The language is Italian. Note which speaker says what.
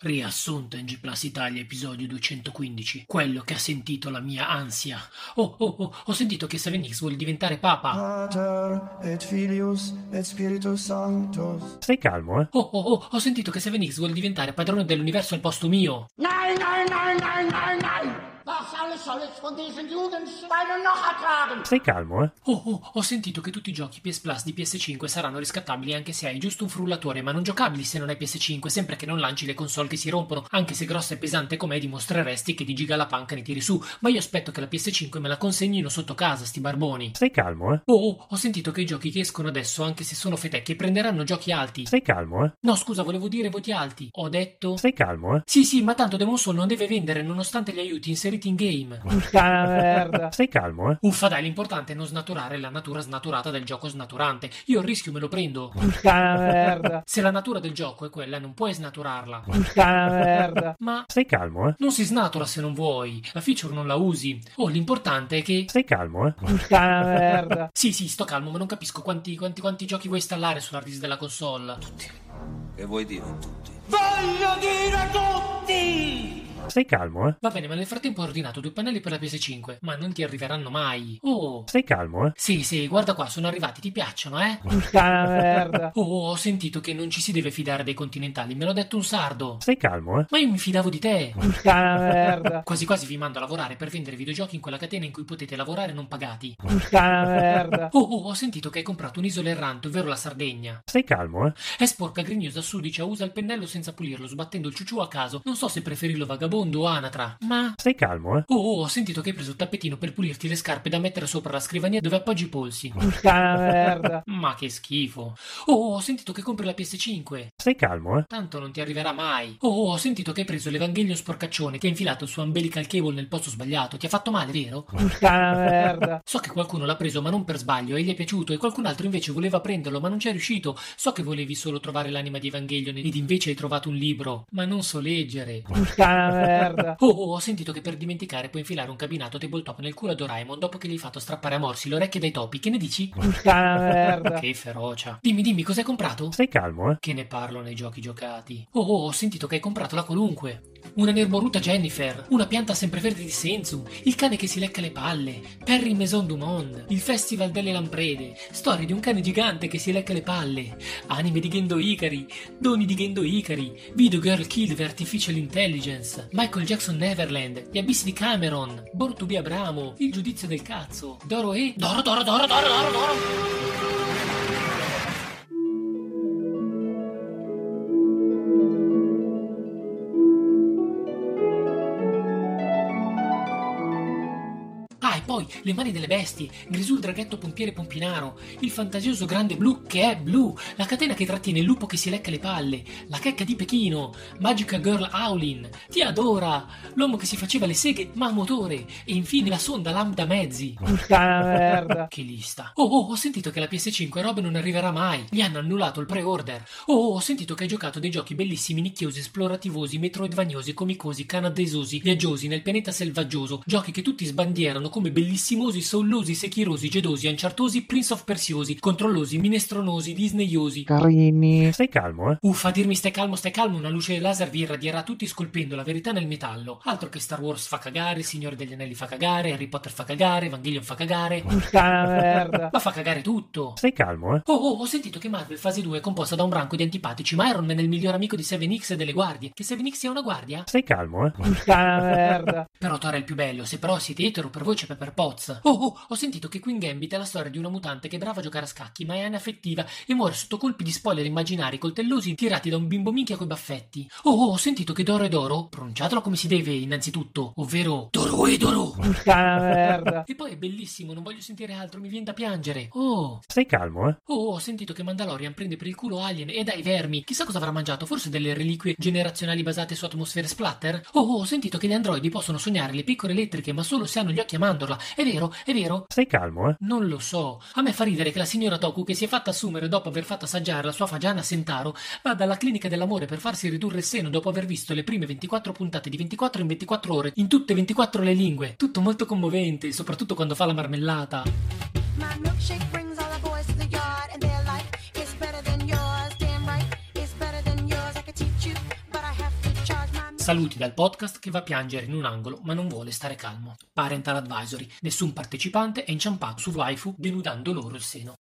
Speaker 1: Riassunto in G Plus Italia, episodio 215. Quello che ha sentito la mia ansia. Oh, oh, oh, ho sentito che 7X vuole diventare papa.
Speaker 2: Pater et Filius et Spiritus Sanctus.
Speaker 3: Stai calmo, eh?
Speaker 1: Oh, oh, oh, ho sentito che 7X vuole diventare padrone dell'universo al posto mio.
Speaker 4: Nein, nein, nein, nein, nein, nein! Was alles soll ich von diesen Jugendschweinen noch ertragen?
Speaker 3: Stai calmo, eh?
Speaker 1: Oh, oh, ho sentito che tutti i giochi PS Plus di PS5 saranno riscattabili anche se hai giusto un frullatore, ma non giocabili se non hai PS5, sempre che non lanci le console che si rompono. Anche se grossa e pesante com'è, dimostreresti che di giga la panca ne tiri su. Ma io aspetto che la PS5 me la consegnino sotto casa, sti barboni.
Speaker 3: Stai calmo, eh?
Speaker 1: Oh, oh, ho sentito che i giochi che escono adesso, anche se sono fetecchi, prenderanno giochi alti.
Speaker 3: Stai calmo, eh?
Speaker 1: No, scusa, volevo dire voti alti. Ho detto.
Speaker 3: Stai calmo, eh?
Speaker 1: Sì, sì, ma tanto Demon Soul non deve vendere nonostante gli aiuti inseriti in game.
Speaker 5: Puttana Ah, merda.
Speaker 3: Stai calmo, eh?
Speaker 1: Uffa, dai, l'importante è non snaturare la natura snaturata del gioco snaturante. Io il rischio me lo prendo.
Speaker 5: Puttana merda.
Speaker 1: Se la natura del gioco è quella, non puoi snaturarla.
Speaker 5: Puttana merda.
Speaker 1: Ma
Speaker 3: Stai calmo, eh?
Speaker 1: non si snatura se non vuoi. La feature non la usi. Oh, l'importante è che.
Speaker 3: Stai calmo, eh?
Speaker 5: Puttana merda.
Speaker 1: Sì, sì, sto calmo, ma non capisco quanti, quanti, quanti giochi vuoi installare sulla RIS della console.
Speaker 6: Che vuoi dire tutti?
Speaker 4: Voglio dire tutti!
Speaker 3: Stai calmo, eh?
Speaker 1: Va bene, ma nel frattempo ho ordinato due pannelli per la PS5, ma non ti arriveranno mai. Oh.
Speaker 3: Stai calmo, eh?
Speaker 1: Sì, sì, guarda qua, sono arrivati, ti piacciono, eh?
Speaker 5: Puttana merda.
Speaker 1: Oh, ho sentito che non ci si deve fidare dei continentali, me l'ha detto un sardo.
Speaker 3: Stai calmo, eh?
Speaker 1: Ma io mi fidavo di te.
Speaker 5: Puttana merda.
Speaker 1: Quasi quasi vi mando a lavorare per vendere videogiochi in quella catena in cui potete lavorare non pagati.
Speaker 5: Puttana merda.
Speaker 1: Oh, oh, ho sentito che hai comprato un'isola errante, ovvero la Sardegna.
Speaker 3: Stai calmo, eh?
Speaker 1: È sporca, grignosa, sudicia, usa il pennello senza pulirlo, sbattendo il ciuciù a caso. Non so se preferirlo vagabondo o anatra. Ma...
Speaker 3: Stai calmo, eh?
Speaker 1: Oh, oh, ho sentito che hai preso il tappetino per pulirti le scarpe da mettere sopra la scrivania dove appoggi i polsi.
Speaker 5: Puttana merda.
Speaker 1: Ma che schifo. Oh, oh, ho sentito che compri la PS5.
Speaker 3: Stai calmo, eh?
Speaker 1: Tanto non ti arriverà mai. Oh, oh, ho sentito che hai preso l'Evangelio sporcaccione che hai infilato su umbilical cable nel posto sbagliato. Ti ha fatto male, vero?
Speaker 5: Puttana merda.
Speaker 1: So che qualcuno l'ha preso ma non per sbaglio e gli è piaciuto e qualcun altro invece voleva prenderlo ma non ci è riuscito. So che volevi solo trovare l'anima di Evangelion ed invece hai trovato un libro, ma non so leggere.
Speaker 5: Puttana merda.
Speaker 1: Oh, oh, ho sentito che per dimenticare puoi infilare un cabinato tabletop nel culo a Doraemon dopo che gli hai fatto strappare a morsi le orecchie dai topi. Che ne dici?
Speaker 5: Puttana merda.
Speaker 1: Che ferocia. Dimmi, dimmi, cos'hai comprato?
Speaker 3: Stai calmo, eh?
Speaker 1: Che ne parlo nei giochi giocati. Oh, oh, ho sentito che hai comprato la qualunque. Una nerboruta Jennifer, una pianta sempreverde di Senzu, il cane che si lecca le palle, Perry Maison du Monde, il Festival delle Lamprede, storie di un cane gigante che si lecca le palle, anime di Gendo Ikari, doni di Gendo Ikari, Video Girl Kid Artificial Intelligence, Michael Jackson Neverland, Gli Abissi di Cameron, Born to be Abramo, Il Giudizio del Cazzo, Doro e... Doro, Doro, Doro, Doro, Doro, Doro! Ah, e poi le mani delle bestie, Grisul draghetto pompiere pompinaro, il fantasioso grande blu che è blu, la catena che trattiene il lupo che si lecca le palle, la checca di Pechino, Magica Girl Howlin, ti adora, l'uomo che si faceva le seghe ma a motore, e infine la sonda lambda mezzi.
Speaker 5: Puttana merda.
Speaker 1: Che lista. Oh, oh, ho sentito che la PS5 roba non arriverà mai. Gli hanno annullato il pre-order. Oh, oh, ho sentito che hai giocato dei giochi bellissimi, nicchiosi, esplorativosi, metroidvagnosi, comicosi, canadesosi, viaggiosi nel pianeta selvaggioso. Giochi che tutti sbandierano come bellissimosi, sollosi, sechirosi, gedosi, anciartosi, Prince of Persiosi, controllosi, minestronosi, disneyosi.
Speaker 5: Carini.
Speaker 3: Stai calmo, eh?
Speaker 1: Uffa, dirmi stai calmo, stai calmo, una luce laser vi irradierà tutti scolpendo la verità nel metallo. Altro che Star Wars fa cagare, Signore degli Anelli fa cagare, Harry Potter fa cagare, Evangelion fa cagare.
Speaker 5: Puttana merda.
Speaker 1: Ma fa cagare tutto.
Speaker 3: Stai calmo, eh?
Speaker 1: Oh, oh, ho sentito che Marvel fase 2 è composta da un branco di antipatici, ma Iron Man è il miglior amico di 7X e delle guardie. Che 7X è una guardia?
Speaker 3: Stai calmo, eh?
Speaker 5: Puttana merda.
Speaker 1: Però Thor è il più bello, se però siete etero per voi c'è Pepper Potts. Oh, oh, ho sentito che Queen Gambit è la storia di una mutante che è brava a giocare a scacchi, ma è anaffettiva e muore sotto colpi di spoiler immaginari coltellosi tirati da un bimbo minchia coi baffetti. Oh, oh, ho sentito che Doro e Doro, pronunciatelo come si deve innanzitutto, ovvero Doro e Doro.
Speaker 5: Puttana merda.
Speaker 1: E poi è bellissimo, non voglio sentire altro, mi viene da piangere. Oh,
Speaker 3: Stai calmo, eh?
Speaker 1: Oh, oh, ho sentito che Mandalorian prende per il culo Alien e dai vermi. Chissà cosa avrà mangiato, forse delle reliquie generazionali basate su atmosfere splatter? Oh, oh, ho sentito che gli androidi possono sognare le piccole elettriche, ma solo se hanno gli occhi a mandorla. È vero, è vero?
Speaker 3: Stai calmo, eh?
Speaker 1: Non lo so. A me fa ridere che la signora Toku, che si è fatta assumere dopo aver fatto assaggiare la sua fagiana a Sentaro, vada alla clinica dell'amore per farsi ridurre il seno dopo aver visto le prime 24 puntate di 24 in 24 ore, in tutte e 24 le lingue. Tutto molto commovente, soprattutto quando fa la marmellata.
Speaker 7: My milkshake brings all the boys to the yard, and they're like, it's better than yours, damn right, it's better than yours. I could teach you, but I have to try.
Speaker 1: Saluti dal podcast che va a piangere in un angolo ma non vuole stare calmo. Parental Advisory. Nessun partecipante è inciampato su waifu denudando loro il seno.